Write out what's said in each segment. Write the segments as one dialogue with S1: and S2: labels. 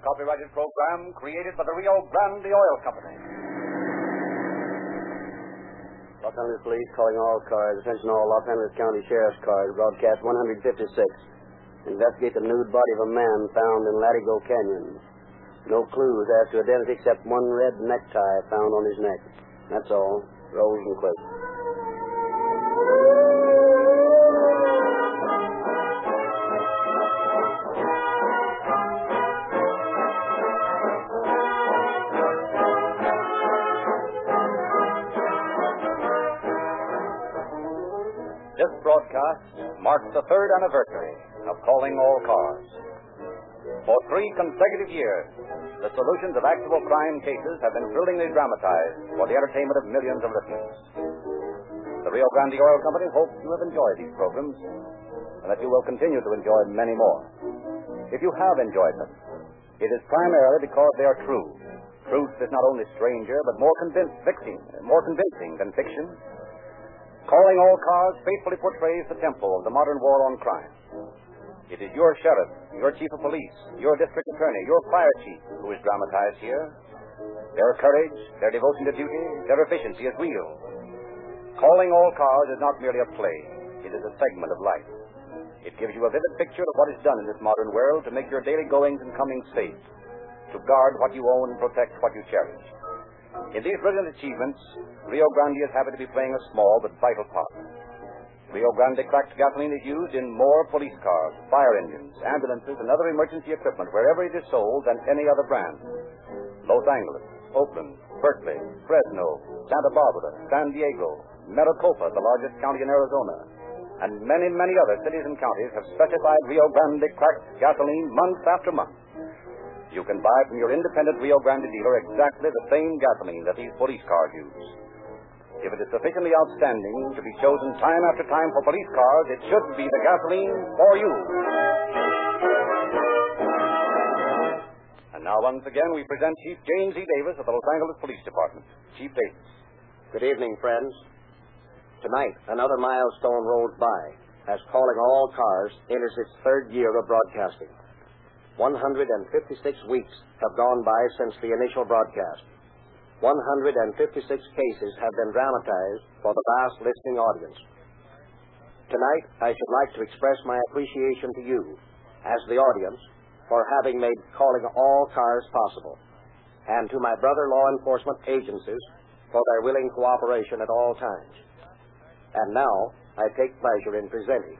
S1: copyrighted program created by the Rio Grande Oil Company.
S2: Los Angeles Police calling all cars. Attention all Los Angeles County Sheriff's cars. Broadcast 156. Investigate the nude body of a man found in Latigo Canyon. No clues as to identity except one red necktie found on his neck. That's all. Rose and Quake.
S1: This broadcast marks the third anniversary of Calling All Cars. For three consecutive years, the solutions of actual crime cases have been thrillingly dramatized for the entertainment of millions of listeners. The Rio Grande Oil Company hopes you have enjoyed these programs and that you will continue to enjoy many more. If you have enjoyed them, it is primarily because they are true. Truth is not only stranger, but more convincing, more convincing than fiction Calling all cars faithfully portrays the tempo of the modern war on crime. It is your sheriff, your chief of police, your district attorney, your fire chief who is dramatized here. Their courage, their devotion to duty, their efficiency is real. Calling all cars is not merely a play, it is a segment of life. It gives you a vivid picture of what is done in this modern world to make your daily goings and comings safe, to guard what you own and protect what you cherish. In these brilliant achievements, Rio Grande is happy to be playing a small but vital part. Rio Grande cracked gasoline is used in more police cars, fire engines, ambulances, and other emergency equipment wherever it is sold than any other brand. Los Angeles, Oakland, Berkeley, Fresno, Santa Barbara, San Diego, Maricopa, the largest county in Arizona, and many, many other cities and counties have specified Rio Grande cracked gasoline month after month. You can buy from your independent Rio Grande dealer exactly the same gasoline that these police cars use. If it is sufficiently outstanding to be chosen time after time for police cars, it should be the gasoline for you. And now, once again, we present Chief James E. Davis of the Los Angeles Police Department. Chief Davis.
S2: Good evening, friends. Tonight, another milestone rolls by as Calling All Cars enters its third year of broadcasting. 156 weeks have gone by since the initial broadcast. 156 cases have been dramatized for the vast listening audience. Tonight, I should like to express my appreciation to you, as the audience, for having made calling all cars possible, and to my brother law enforcement agencies for their willing cooperation at all times. And now, I take pleasure in presenting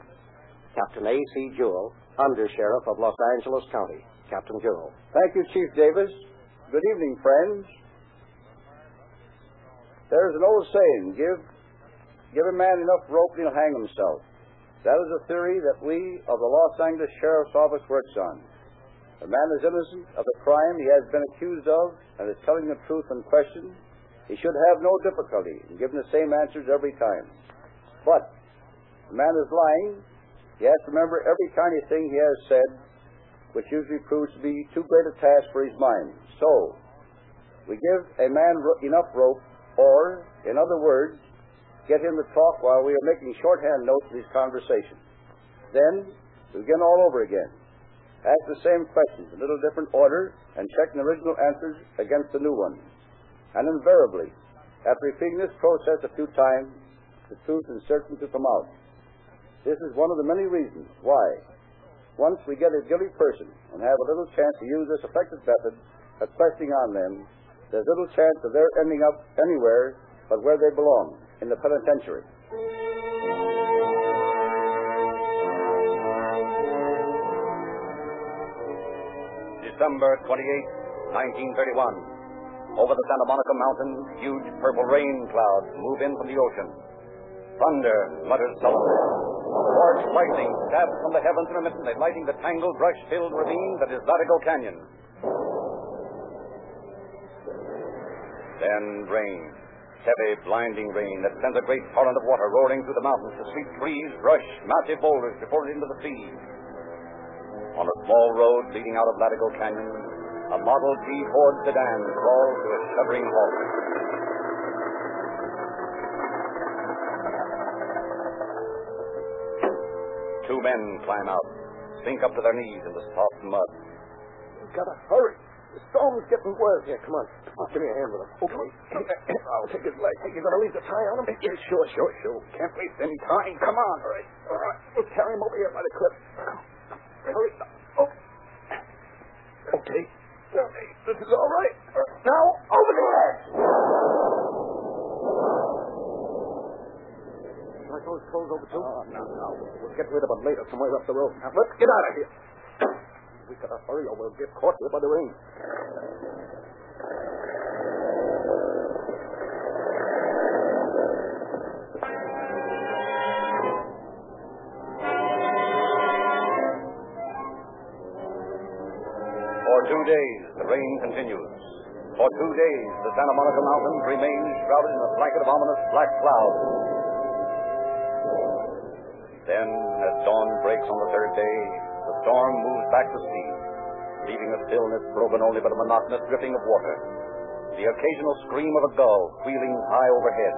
S2: Captain A.C. Jewell, Under Sheriff of Los Angeles County. Captain Jewell.
S3: Thank you, Chief Davis. Good evening, friends. There's an old saying give, give a man enough rope and he'll hang himself. That is a theory that we of the Los Angeles Sheriff's Office works on. The man is innocent of the crime he has been accused of and is telling the truth when questioned. He should have no difficulty in giving the same answers every time. But the man is lying. He has to remember every tiny thing he has said, which usually proves to be too great a task for his mind. So, we give a man ro- enough rope, or, in other words, get him to talk while we are making shorthand notes of his conversation. Then, we begin all over again. Ask the same questions in a little different order and check the original answers against the new ones. And invariably, after repeating this process a few times, the truth is certain to come out. This is one of the many reasons why, once we get a guilty person and have a little chance to use this effective method of pressing on them, there's little chance of their ending up anywhere but where they belong, in the penitentiary.
S1: December 28, 1931. Over the Santa Monica Mountains, huge purple rain clouds move in from the ocean. Thunder mutters sullenly. Orange lightning stabs from the heavens intermittently, lighting the tangled, brush-filled ravine that is Latigo Canyon. Then rain. Heavy, blinding rain that sends a great torrent of water roaring through the mountains to sweep trees, brush, massive boulders before it into the sea. On a small road leading out of Latigo Canyon, a Model T Ford sedan crawls to a shuddering halt. Two men climb out, sink up to their knees in the soft mud.
S3: We've got to hurry.
S2: The storm's getting worse. Here, come on. Come on, give me a hand with him.
S4: Okay. I'll take his leg. You're going to leave the tie on him? Yeah, sure, sure, sure. Can't waste any time. Come on. All right. All right. Let's carry him over here by the cliff. Come on. Hurry. Oh. Okay. Okay. This is all right. All right. Now, over the edge.
S2: Shall I throw his clothes over too?
S4: Oh, no, no. We'll get rid of him later, somewhere up the road. Now, let's get out of here. We gotta hurry or we'll get caught here by the rain.
S1: For two days, the rain continues. For two days, the Santa Monica Mountains remain shrouded in a blanket of ominous black clouds. Then, as dawn breaks on the third day, the storm moves back to sea, leaving a stillness broken only by the monotonous dripping of water, the occasional scream of a gull wheeling high overhead.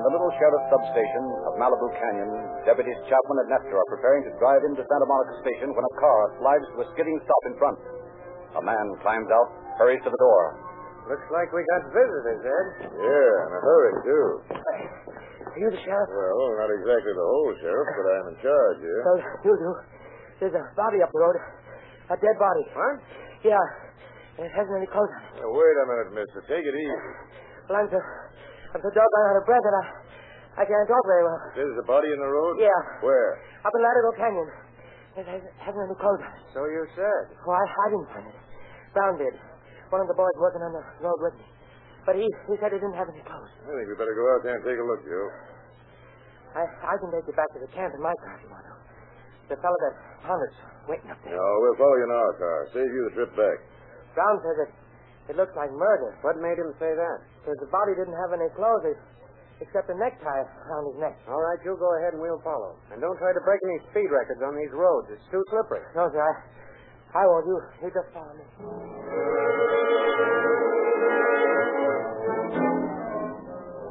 S1: In the little sheriff's substation of Malibu Canyon, deputies Chapman and Nestor are preparing to drive into Santa Monica Station when a car slides to a skidding stop in front. A man climbs out, hurries to the door.
S2: Looks like we got visitors, Ed.
S5: Yeah, in a hurry, too.
S6: Are you the sheriff?
S5: Well, not exactly the whole sheriff, but I'm in charge here.
S6: Well, you do. There's a body up the road. A dead body.
S5: What?
S6: Yeah. It hasn't any clothes on it.
S5: Now, wait a minute, mister. Take it easy.
S6: Well, I'm so, I'm so doggone out of breath that I, I can't talk very well.
S5: There's a body in the road?
S6: Yeah.
S5: Where?
S6: Up in Latigo Canyon. It hasn't, hasn't any clothes on it.
S2: So you said.
S6: Oh, I, I didn't find it. Brown did. One of the boys working on the road with me. But he, he said he didn't have any clothes.
S5: I think we better go out there and take a look, Joe.
S6: I, I can take you back to the camp in my car if you want to. The fellow that found us waiting up there.
S5: No, we'll follow you in our car. Save you the trip back.
S6: Brown says it, it looks like murder.
S2: What made him say that?
S6: Because the body didn't have any clothes ex- except a necktie around his neck.
S2: All right, you go ahead and we'll follow. And don't try to break any speed records on these roads. It's too slippery.
S6: No, sir. I, I won't. You, you just follow me.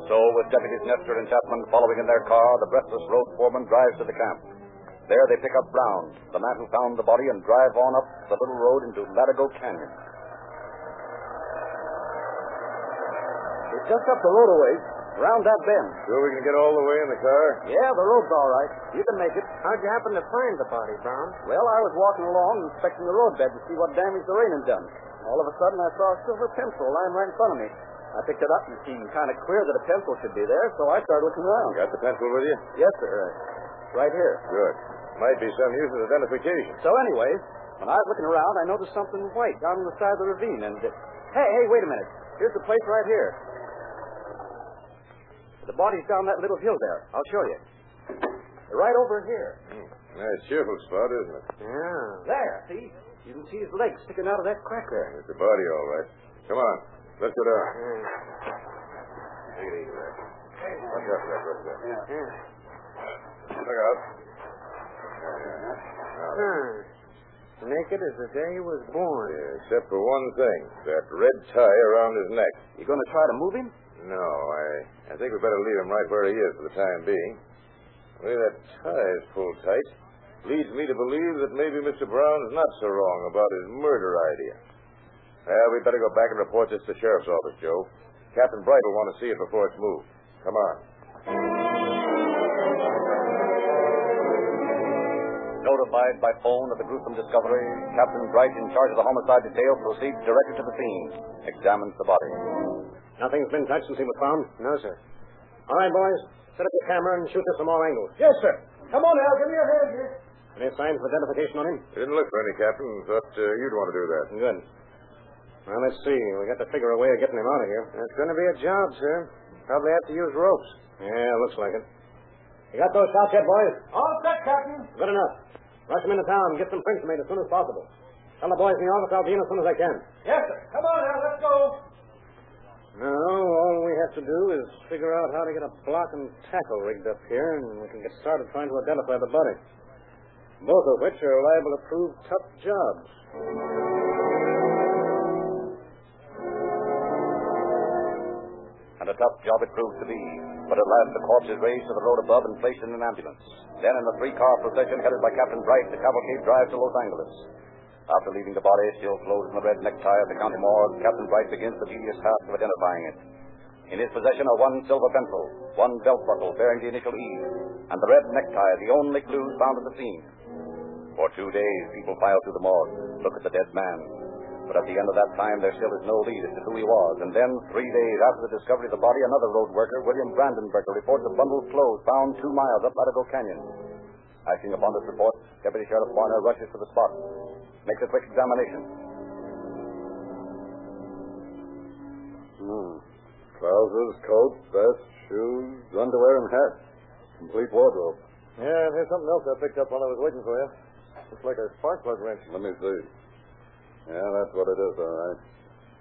S1: So, with deputies Nestor and Chapman following in their car, the breathless road foreman drives to the camp. There they pick up Brown, the man who found the body, and drive on up the little road into Latigo Canyon.
S3: We're just up the road a ways, round that bend.
S5: Sure we can get all the way in the car?
S3: Yeah, the road's all right. You can make it.
S2: How'd you happen to find the body, Brown?
S3: Well, I was walking along, inspecting the roadbed to see what damage the rain had done. All of a sudden, I saw a silver pencil lying right in front of me. I picked it up and it seemed kind of queer that a pencil should be there, so I started looking around.
S5: Got the pencil with you?
S3: Yes, sir. uh, Right here.
S5: Good. Might be some use as identification.
S3: So, anyways, when I was looking around, I noticed something white down on the side of the ravine, and it... hey, hey, wait a minute. Here's the place right here. The body's down that little hill there. I'll show you. Right over here.
S5: Hmm. Nice cheerful spot, isn't it?
S2: Yeah.
S3: There, see? You can see his legs sticking out of that crack there.
S5: It's a body, all right. Come on. Let's go down. Take it easy, Red. Watch out, Red. Watch out. Look out.
S2: Hmm. Naked as the day he was born.
S5: Yeah, except for one thing. That red tie around his neck.
S3: You going to try to move him?
S5: No, I, I think we better leave him right where he is for the time being. The way that tie is pulled tight leads me to believe that maybe Mr. Brown's not so wrong about his murder idea. Well, we better go back and report this to the sheriff's office, Joe. Captain Bright will want to see it before it's moved. Come on.
S1: Notified by phone of the gruesome discovery, Captain Bright, in charge of the homicide detail, proceeds directly to the scene, examines the body.
S2: Nothing's been touched since he was found? No, sir.
S4: All right, boys.
S2: Set up your camera and shoot us from all angles.
S4: Yes, sir. Come on, Al. Give me a hand here.
S2: Any signs of identification on him?
S5: We didn't look for any, Captain. Thought uh, you'd want to do that.
S2: Good. Well, let's see. We got to figure a way of getting him out of here. It's going to be a job, sir. Probably have to use ropes. Yeah, looks like it. You got those shots yet, boys?
S4: All set, Captain.
S2: Good enough. Rush him into town and get some prints made as soon as possible. Tell the boys in the office I'll be in as soon as I can.
S4: Yes, sir. Come on, Al. Let's go.
S2: Now, all we have to do is figure out how to get a block and tackle rigged up here, and we can get started trying to identify the body. Both of which are liable to prove tough jobs.
S1: And a tough job it proved to be. But at last the corpse is raised to the road above and placed in an ambulance. Then in a three-car procession headed by Captain Bright, the cavalcade drives to Los Angeles. After leaving the body, still clothed in the red necktie of the county morgue, Captain Bright begins the tedious task of identifying it. In his possession are one silver pencil, one belt buckle bearing the initial E, and the red necktie, the only clues found at the scene. For two days, people file through the morgue, look at the dead man. But at the end of that time, there still is no lead as to who he was. And then, three days after the discovery of the body, another road worker, William Brandenberger, reports a bundle of clothes found two miles up Latigo Canyon. Acting upon this report, Deputy Sheriff Warner rushes to the spot, makes a quick examination.
S5: Hmm. Trousers, coat, vest, shoes, underwear, and hat. Complete wardrobe.
S7: Yeah, and here's something else I picked up while I was waiting for you. Looks like a spark plug wrench.
S5: Let me see. Yeah, that's what it is, all right.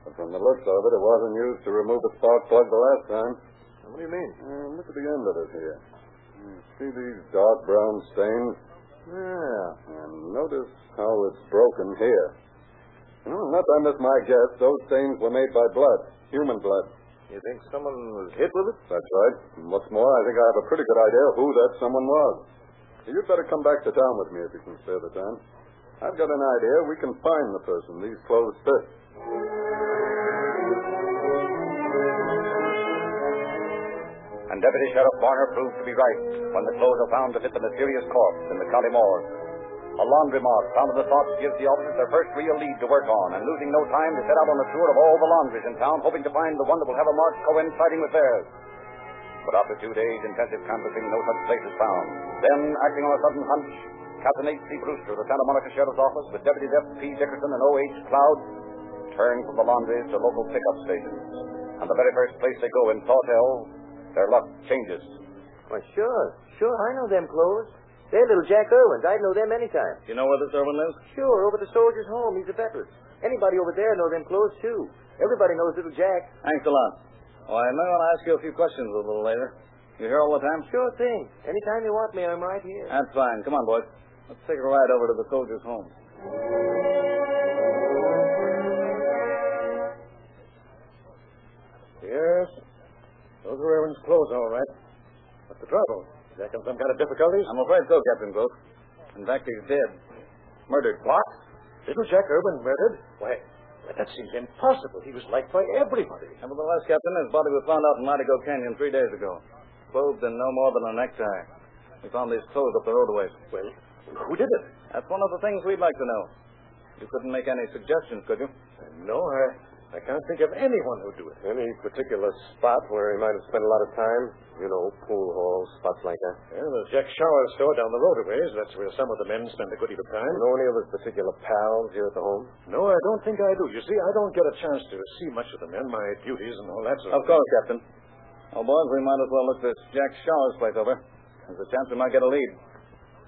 S5: But from the looks of it, it wasn't used to remove the spark plug the last time.
S7: What do you mean?
S5: Uh, look at the end of it here. You see these dark brown stains? Yeah. And notice how it's broken here. You know, unless I miss my guess, those stains were made by blood, human blood.
S7: You think someone was hit with it?
S5: That's right. And what's more, I think I have a pretty good idea who that someone was. You'd better come back to town with me if you can spare the time. I've got an idea. We can find the person these clothes fit.
S1: And Deputy Sheriff Warner proved to be right when the clothes are found to fit the mysterious corpse in the county morgue. A laundromat found in the spot gives the officers their first real lead to work on, and losing no time, they set out on a tour of all the laundries in town, hoping to find the one that will have a mark coinciding with theirs. But after two days' intensive canvassing, no such place is found. Then, acting on a sudden hunch, Captain H.C. Brewster of the Santa Monica Sheriff's Office, with Deputy Def P. Dickerson and O.H. Cloud, turn from the laundries to local pickup stations. And the very first place they go in Sawtell, their luck changes.
S2: Why, sure. Sure, I know them clothes. They're little Jack Irwin's. I'd know them anytime.
S7: You know where this Irwin lives?
S2: Sure, over the soldier's home. He's a veteran. Anybody over there know them clothes, too. Everybody knows little Jack.
S7: Thanks a lot. Oh, I may want to ask you a few questions a little later. You here all the time?
S2: Sure thing. Anytime you want me, I'm right here.
S7: That's fine. Come on, boys. Let's take a ride over to the soldier's home. Yes. Those were Irwin's clothes, all right. What's the trouble? Is that some kind of difficulties?
S1: I'm afraid so, Captain Brooks. In fact, he's dead. Murdered.
S7: What? Little Jack Irwin murdered? Why, why, that seems impossible. He was liked by everybody.
S1: Nevertheless, Captain, his body was found out in Latigo Canyon three days ago, clothed in no more than a necktie. We found these clothes up the roadway.
S7: Well, who did it?
S1: That's one of the things we'd like to know. You couldn't make any suggestions, could you?
S7: No, I, I can't think of anyone who'd do it.
S5: Any particular spot where he might have spent a lot of time? You know, pool halls, spots like that.
S7: Yeah, there's Jack Shower's store down the road a ways. That's where some of the men spend a good deal of time.
S5: Know any of his particular pals here at the home?
S7: No, I don't think I do. You see, I don't get a chance to see much of the men, my duties and all that sort
S1: Of course, Captain. Well, boys, we might as well look this Jack Showers place over. There's a chance we might get a lead.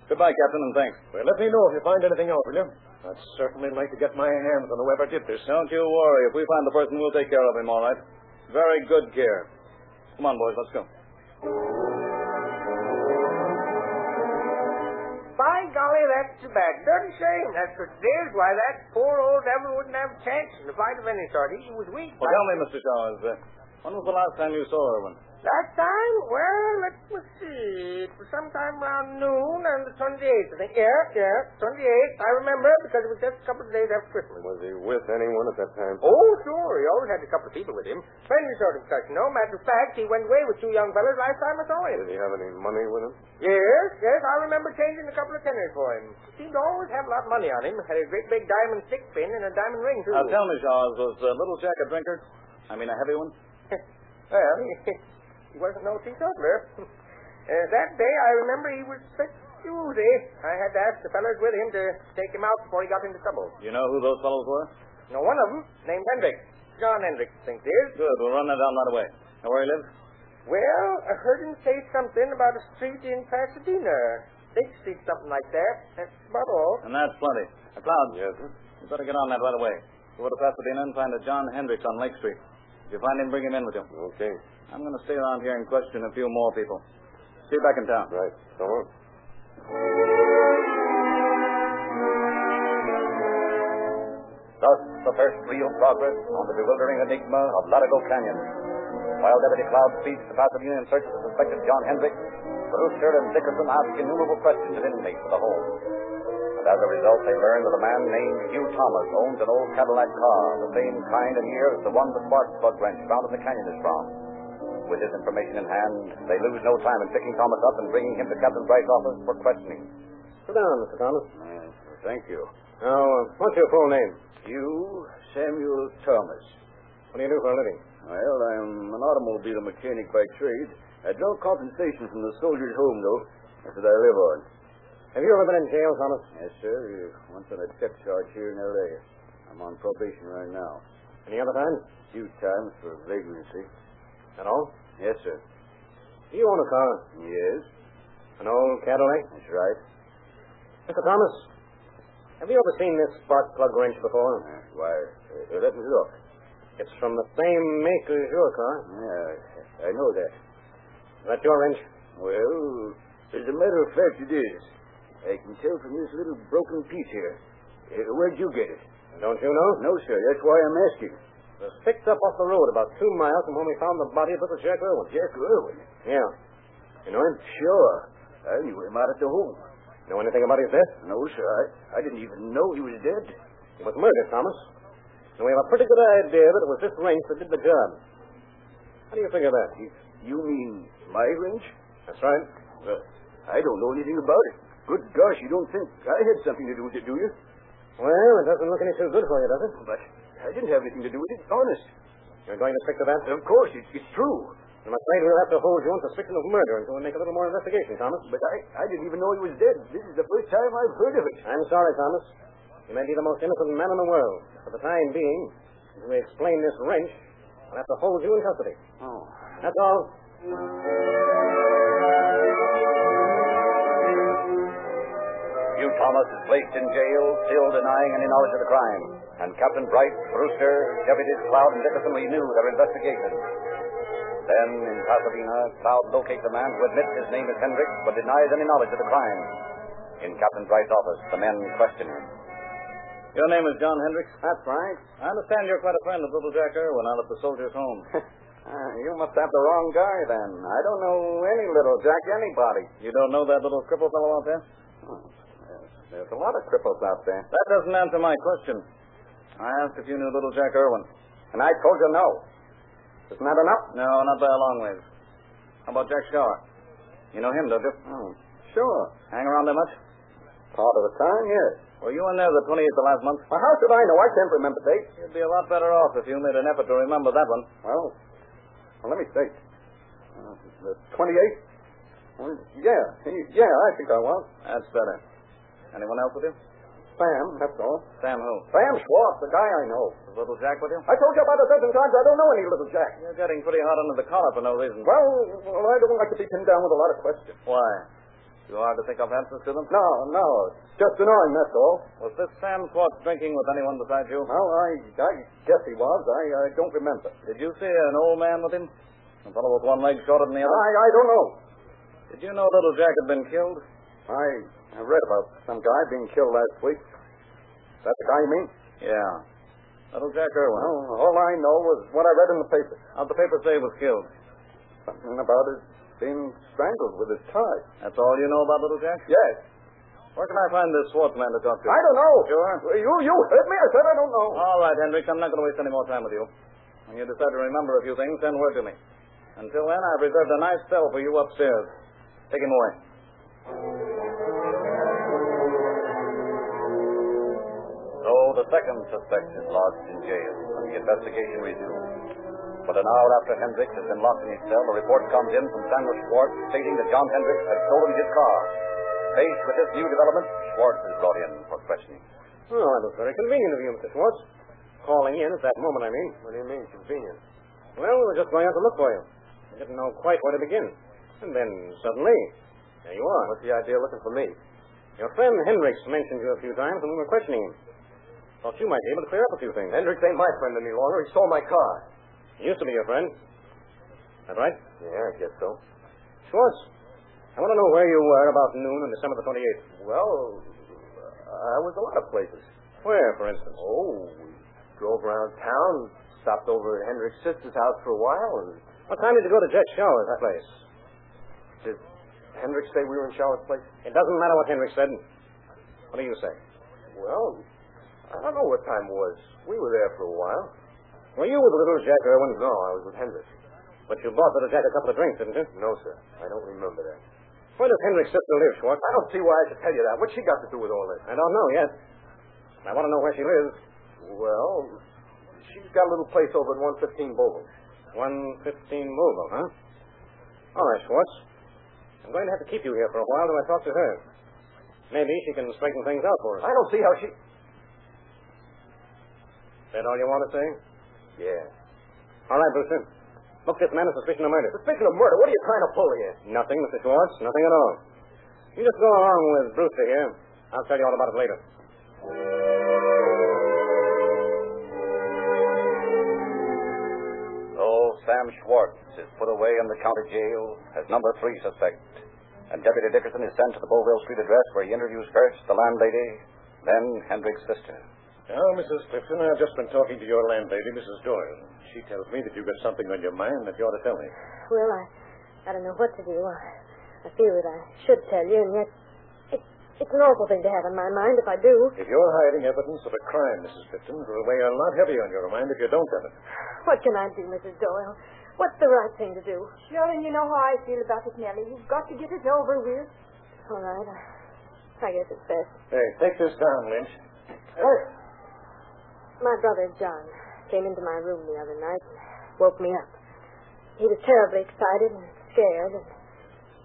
S1: Goodbye, Captain, and thanks.
S7: Well, let me know if you find anything out, will you? I'd certainly like to get my hands on whoever did this.
S1: Don't you worry. If we find the person, we'll take care of him, all right? Very good care. Come on, boys, let's go.
S8: By golly, that's too bad. Dirty shame. That's what it is. Why, that poor old devil wouldn't have a chance in a fight of any sort. He was weak.
S1: Well, tell me, Mr. Showers, uh, when was the last time you saw Irwin?
S8: That time? Well, let me see. It was sometime around noon on the 28th, I think. Yeah, yeah, 28th. I remember because it was just a couple of days after Christmas.
S5: Was he with anyone at that time?
S8: Oh, sure. He always had a couple of people with him. Friendly sort of such, you know. Matter of fact, he went away with two young fellas last time I saw him.
S5: Did he have any money with him?
S8: Yes, yes, I remember changing a couple of tenors for him. He seemed to always have a lot of money on him. Had a great big diamond stick pin and a diamond ring, too.
S1: Now, tell me, Showers, was uh, Little Jack a drinker? I mean, a heavy one?
S8: Well, he, he wasn't no teetotaler. Uh, that day, I remember he was a bit woozy. I had to ask the fellows with him to take him out before he got into trouble.
S1: You know who those fellows were?
S8: Now, one of them, named Hendrick, John Hendrick, I think it is.
S1: Good. We'll run that down right away. Know where he lives?
S8: Well, I heard him say something about a street in Pasadena. Sixth Street, something like that. That's about all.
S1: And that's plenty. A cloud.
S5: Yes, sir.
S1: You better get on that right away. Go to Pasadena and find a John Hendricks on Lake Street. If you find him, bring him in with you.
S5: Okay.
S1: I'm going to stay around here and question a few more people. See you back in town.
S5: Right. So long.
S1: Thus, the first real progress on the bewildering enigma of Latigo Canyon. While Deputy Cloud speeds to Pasadena in search of the suspected John Hendricks, Brewster and Dickerson ask innumerable questions of inmates of the home. And As a result, they learned that a man named Hugh Thomas owns an old Cadillac car, the same kind and year as the one the spark plug wrench found in the canyon is from. With this information in hand, they lose no time in picking Thomas up and bringing him to Captain Bright's office for questioning.
S2: Sit down, Mr. Thomas.
S5: Yes, thank you.
S2: Now, uh, what's your full name?
S5: You, Samuel Thomas.
S2: What do you do for a living?
S5: Well, I'm an automobile mechanic by trade. I draw compensation from the soldiers' home, though. That's what I live on.
S2: Have you ever been in jail, Thomas?
S5: Yes, sir. uh, Once on a tip charge here in L.A. I'm on probation right now.
S2: Any other time?
S5: Few times for vagrancy.
S2: At all?
S5: Yes, sir.
S2: Do you own a car?
S5: Yes,
S2: An old Cadillac?
S5: that's right.
S2: Mr. Thomas, have you ever seen this spark plug wrench before?
S5: Uh, Why, uh, let me look.
S2: It's from the same make as your car.
S5: Yeah, I know that.
S2: Is that your wrench?
S5: Well, as a matter of fact, it is. I can tell from this little broken piece here. Uh, where'd you get it?
S2: Don't you know?
S5: No, sir. That's why I'm asking.
S2: It was picked up off the road about two miles from when we found the body of little Jack Irwin.
S5: Jack Irwin.
S2: Yeah. You know him?
S5: Sure. I knew him out at the home.
S2: Know anything about his death?
S5: No, sir. I, I didn't even know he was dead.
S2: He was murdered, Thomas. And we have a pretty good idea that it was this wrench that did the job. How do you figure that?
S5: You mean my wrench?
S2: That's right.
S5: Well, I don't know anything about it. Good gosh, you don't think I had something to do with it, do you?
S2: Well, it doesn't look any too good for you, does it?
S5: But I didn't have anything to do with it. Honest.
S2: You're going to stick to that?
S5: Of course, it's, it's true.
S2: I'm afraid we'll have to hold you on suspicion of murder until we make a little more investigation, Thomas.
S5: But I, I didn't even know he was dead. This is the first time I've heard of it.
S2: I'm sorry, Thomas. You may be the most innocent man in the world. but For the time being, until we explain this wrench, I'll have to hold you in custody.
S5: Oh.
S2: That's all.
S1: Hugh Thomas is placed in jail, still denying any knowledge of the crime. And Captain Bright, Brewster, Deputies Cloud, and Dickerson renew their investigation. Then, in Pasadena, Cloud locates a man who admits his name is Hendricks but denies any knowledge of the crime. In Captain Bright's office, the men question him.
S2: Your name is John Hendricks? That's right.
S1: I understand you're quite a friend of Little Jack Irwin out at the soldiers' home.
S2: Uh, you must have the wrong guy, then. I don't know any little Jack anybody. Oh,
S1: You don't know that little cripple fellow out there?
S2: There's a lot of cripples out there.
S1: That doesn't answer my question. I asked if you knew little Jack Irwin.
S2: And I told you no. Isn't that enough?
S1: No, not by a long ways. How about Jack Shower? You know him, don't you?
S2: Oh, sure.
S1: Hang around there much?
S2: Part of the time, yes.
S1: Were you in there the 28th of last month?
S2: Well, how should I know? I can't remember dates.
S1: You'd be a lot better off if you made an effort to remember that one.
S2: Well, well let me think. Uh, the 28th? Well, yeah, yeah, I think I was.
S1: That's better. Anyone else with you?
S2: Sam, that's all.
S1: Sam who?
S2: Sam Schwartz, the guy I know.
S1: Is little Jack with you?
S2: I told you about a dozen times I don't know any little Jack.
S1: You're getting pretty hot under the collar for no reason.
S2: Well, well, I don't like to be pinned down with a lot of questions.
S1: Why? You hard to think of answers to them?
S2: No, no, it's just annoying, that's all.
S1: Was this Sam Schwartz drinking with anyone besides you?
S2: Well, I, I guess he was. I, I don't remember.
S1: Did you see an old man with him? A fellow with one leg shorter than the other?
S2: I, I don't know.
S1: Did you know little Jack had been killed?
S2: I, I read about some guy being killed last week. Is that the guy you mean?
S1: Yeah. Little Jack Irwin.
S2: Well, all I know was what I read in the paper.
S1: How'd the paper say he was killed?
S2: Something about his being strangled with his tie.
S1: That's all you know about little Jack?
S2: Yes.
S1: Where can I find this Schwartz man to talk to?
S2: I don't know.
S1: Sure.
S2: You, you heard me? I said I don't know.
S1: All right, Hendricks, I'm not going to waste any more time with you. When you decide to remember a few things, send word to me. Until then, I've reserved a nice cell for you upstairs. Take him away. So the second suspect is lodged in jail, and the investigation resumes. But an hour after Hendricks has been locked in his cell, a report comes in from Samuel Schwartz stating that John Hendricks had stolen his car. Faced with this new development, Schwartz is brought in for questioning.
S2: Well, that was Oh, very convenient of you, Mr. Schwartz. Calling in at that moment, I mean.
S9: What do you mean, convenient?
S2: Well, we were just going out to look for you. We didn't know quite where to begin. And then, suddenly, there you are.
S9: What's the idea looking for me?
S2: Your friend Hendricks mentioned you a few times when we were questioning him. Thought you might be able to clear up a few things.
S9: Hendricks ain't my friend any longer. He stole my car.
S2: He used to be your friend. That right?
S9: Yeah, I guess so.
S2: Schwartz, I want to know where you were about noon on December the 28th.
S9: Well, uh, I was a lot of places.
S2: Where, for instance?
S9: Oh, we drove around town, stopped over at Hendrick's sister's house for a while, and
S2: What time did you go to Jack Shower's place?
S9: did Hendrick say we were in Charlotte's place?
S2: It doesn't matter what Hendricks said.
S10: What do you say?
S11: Well, I don't know what time it was. We were there for a while.
S10: Were you with little Jack Irwin?
S11: No, I was with Hendricks.
S10: But you bought little Jack a couple of drinks, didn't you?
S11: No, sir. I don't remember that.
S10: Where does Hendricks' sister live, Schwartz?
S11: I don't see why I should tell you that. What's she got to do with all this?
S10: I don't know yet. I want to know where she lives.
S11: Well, she's got a little place over at 115 Bowling.
S10: 115 Mobile, huh? All right, Schwartz. I'm going to have to keep you here for a while till I talk to her. Maybe she can straighten things out for us.
S11: I don't see how she.
S10: Is that all you want to say?
S11: Yeah.
S10: All right, Brewster. Look this man a suspicion of murder.
S11: Suspicion of murder. What are you trying to pull here?
S10: Nothing, Mr. Schwartz. Nothing at all. You just go along with Brewster here. I'll tell you all about it later.
S1: So Oh, Sam Schwartz is put away in the county jail as number three suspect, and Deputy Dickerson is sent to the Beauville Street address where he interviews first the landlady, then Hendrick's sister.
S2: Now, Mrs. Clifton, I've just been talking to your landlady, Mrs. Doyle. She tells me that you've got something on your mind that you ought to tell me.
S12: Well, I, I don't know what to do. I, I feel that I should tell you, and yet it, it's an awful thing to have on my mind if I do.
S2: If you're hiding evidence of a crime, Mrs. Clifton, it will weigh a lot heavy on your mind if you don't have it.
S12: What can I do, Mrs. Doyle? What's the right thing to do?
S13: Sure, and you know how I feel about it, Nellie. You've got to get it over with.
S12: All right. I, I guess it's best.
S2: Hey, take this down, Lynch.
S12: My brother, John, came into my room the other night and woke me up. He was terribly excited and scared, and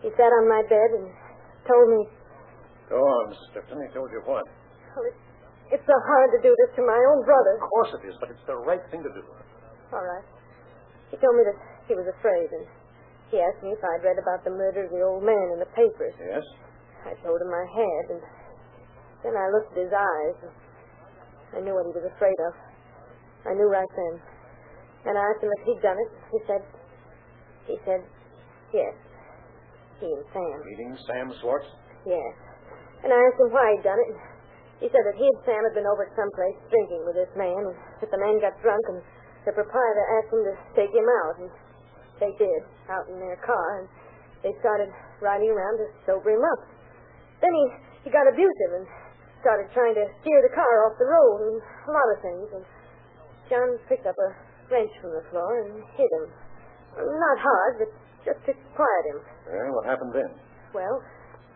S12: he sat on my bed and told me,
S2: Go on, Mrs. Clifton. He told you what?
S12: well, it's, it's so hard to do this to my own brother.
S2: Of course it is, but it's the right thing to do.
S12: All right. He told me that he was afraid, and he asked me if I'd read about the murder of the old man in the papers.
S2: Yes?
S12: I told him I had, and then I looked at his eyes, and I knew what he was afraid of. I knew right then. And I asked him if he'd done it. He said, he said, yes. He and Sam,
S2: Meeting Sam Swartz?
S12: yes. And I asked him why he'd done it. He said that he and Sam had been over at some place drinking with this man, and that the man got drunk, and the proprietor asked him to take him out, and they did, out in their car, and they started riding around to sober him up. Then he, he got abusive and started trying to steer the car off the road and a lot of things. And John picked up a wrench from the floor and hit him. Not hard, but just to quiet him.
S2: Well, what happened then?
S12: Well,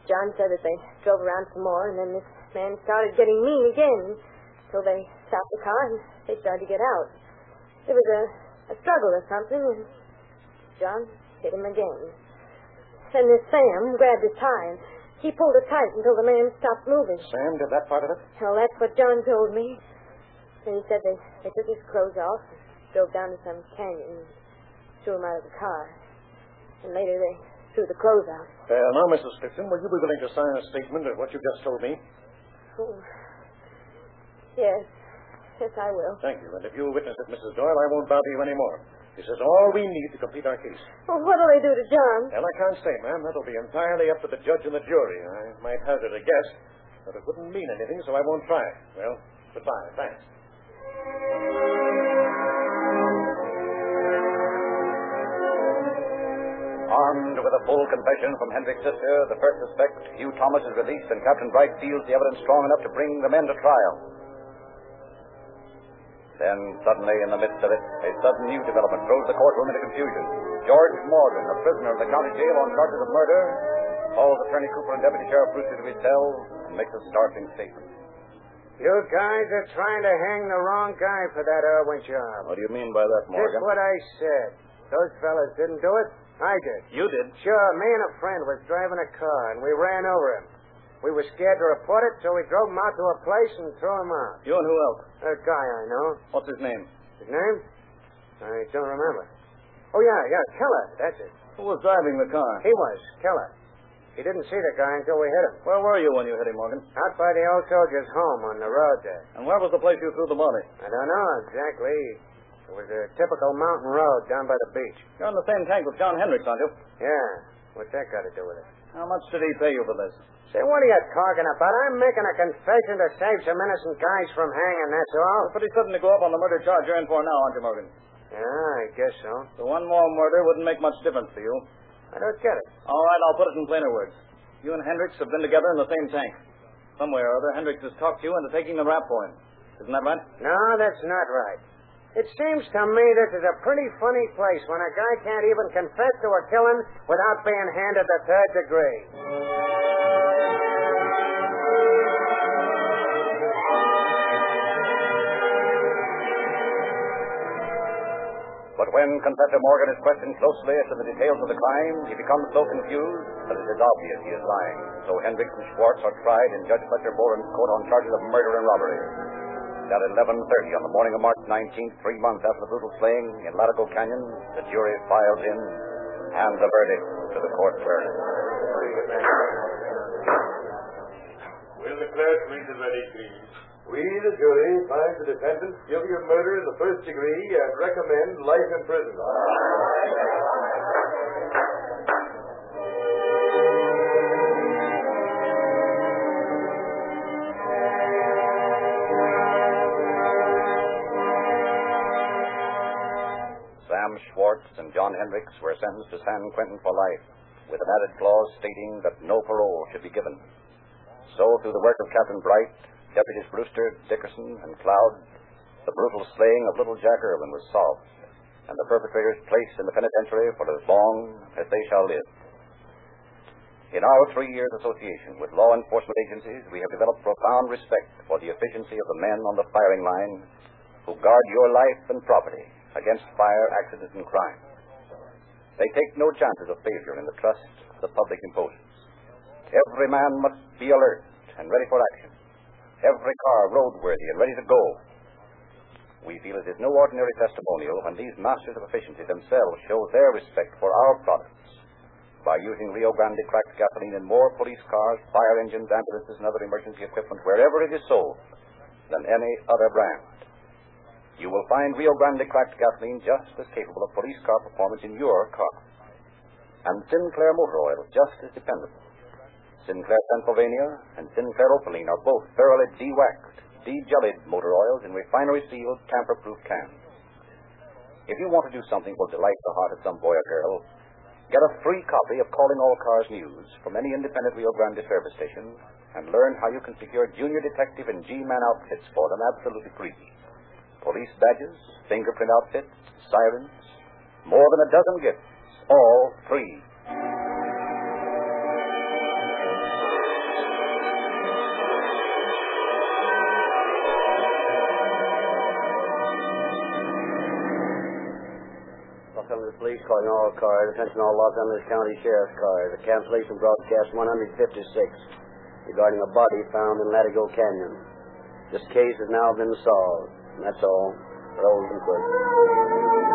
S12: John said that they drove around some more, and then this man started getting mean again. So they stopped the car and they tried to get out. There was a, a struggle or something, and John hit him again. Then this Sam grabbed his tie and he pulled it tight until the man stopped moving.
S2: Sam did that part of it?
S12: Well, that's what John told me. And he said they, they took his clothes off, and drove down to some canyon, and threw him out of the car. And later they threw the clothes out.
S2: Uh, now, Mrs. Clifton, will you be willing to sign a statement of what you just told me?
S12: Oh. Yes. Yes, I will.
S2: Thank you. And if you'll witness it, Mrs. Doyle, I won't bother you any more. This is all we need to complete our case.
S12: Well, what'll they do to John?
S2: Well, I can't say, ma'am. That'll be entirely up to the judge and the jury. I might hazard a guess, but it wouldn't mean anything, so I won't try. Well, goodbye. Thanks.
S1: Armed with a full confession from Hendrick's sister, the first suspect, Hugh Thomas, is released, and Captain Bright feels the evidence strong enough to bring the men to trial. Then, suddenly, in the midst of it, a sudden new development throws the courtroom into confusion. George Morgan, a prisoner in the county jail on charges of murder, calls Attorney Cooper and Deputy Sheriff Brewster to his cell and makes a startling statement.
S8: You guys are trying to hang the wrong guy for that Irwin job.
S1: What do you mean by that,
S8: Just what I said. Those fellas didn't do it. I did.
S1: You did.
S8: Sure, me and a friend was driving a car, and we ran over him. We were scared to report it, so we drove him out to a place and threw him out.
S1: You and who else?
S8: A guy I know.
S1: What's his name?
S8: His name? I don't remember. Oh, yeah, yeah, Keller. That's it.
S1: Who was driving the car?
S8: He was, Keller. He didn't see the guy until we hit him.
S1: Where were you when you hit him, Morgan?
S8: Out by the old soldier's home on the road there.
S1: And where was the place you threw the body?
S8: I don't know exactly. It was a typical mountain road down by the beach.
S1: You're in the same tank with John Hendricks, aren't you?
S8: Yeah. What's that got to do with it?
S1: How much did he pay you for this?
S8: Say, what are you talking about? I'm making a confession to save some innocent guys from hanging, that's all.
S1: It's pretty sudden to go up on the murder charge you're in for now, aren't you, Morgan?
S8: Yeah, I guess so.
S1: So one more murder wouldn't make much difference to you.
S8: I don't get it.
S1: All right, I'll put it in plainer words. You and Hendricks have been together in the same tank.
S7: Somewhere or other, Hendricks has talked you into taking the rap for him. Isn't that right?
S14: No, that's not right. It seems to me this is a pretty funny place when a guy can't even confess to a killing without being handed the third degree.
S1: But when Confessor Morgan is questioned closely as to the details of the crime, he becomes so confused that it is obvious he is lying. So Hendricks and Schwartz are tried in Judge Fletcher Boren's court on charges of murder and robbery. At 11.30 on the morning of March 19th, three months after the brutal slaying in Latigo Canyon, the jury files in, hands a verdict to the court clerk.
S5: Will the clerk read the verdict, please? We, the jury, find the defendant guilty of murder in the first degree and recommend life in prison.
S1: Sam Schwartz and John Hendricks were sentenced to San Quentin for life, with an added clause stating that no parole should be given. So, through the work of Captain Bright, Deputies Brewster, Dickerson, and Cloud, the brutal slaying of little Jack Irwin was solved, and the perpetrators placed in the penitentiary for as long as they shall live. In our three years' association with law enforcement agencies, we have developed profound respect for the efficiency of the men on the firing line who guard your life and property against fire, accident, and crime. They take no chances of failure in the trust the public imposes. Every man must be alert and ready for action. Every car roadworthy and ready to go. We feel it is no ordinary testimonial when these masters of efficiency themselves show their respect for our products by using Rio Grande cracked gasoline in more police cars, fire engines, ambulances, and other emergency equipment wherever it is sold than any other brand. You will find Rio Grande cracked gasoline just as capable of police car performance in your car. And Sinclair motor oil just as dependable. Sinclair Pennsylvania and Sinclair Opaline are both thoroughly de-waxed, de-jellied motor oils in refinery-sealed, tamper-proof cans. If you want to do something that will delight the heart of some boy or girl, get a free copy of Calling All Cars News from any independent Rio Grande service station and learn how you can secure junior detective and G-man outfits for them absolutely free. Police badges, fingerprint outfits, sirens, more than a dozen gifts, all free.
S2: Welcome to the police calling all cars. Attention all Los Angeles County Sheriff's cars. A cancellation broadcast 156 regarding a body found in Latigo Canyon. This case has now been solved. And that's all. Rolls and quits.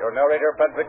S1: Your narrator, Frederick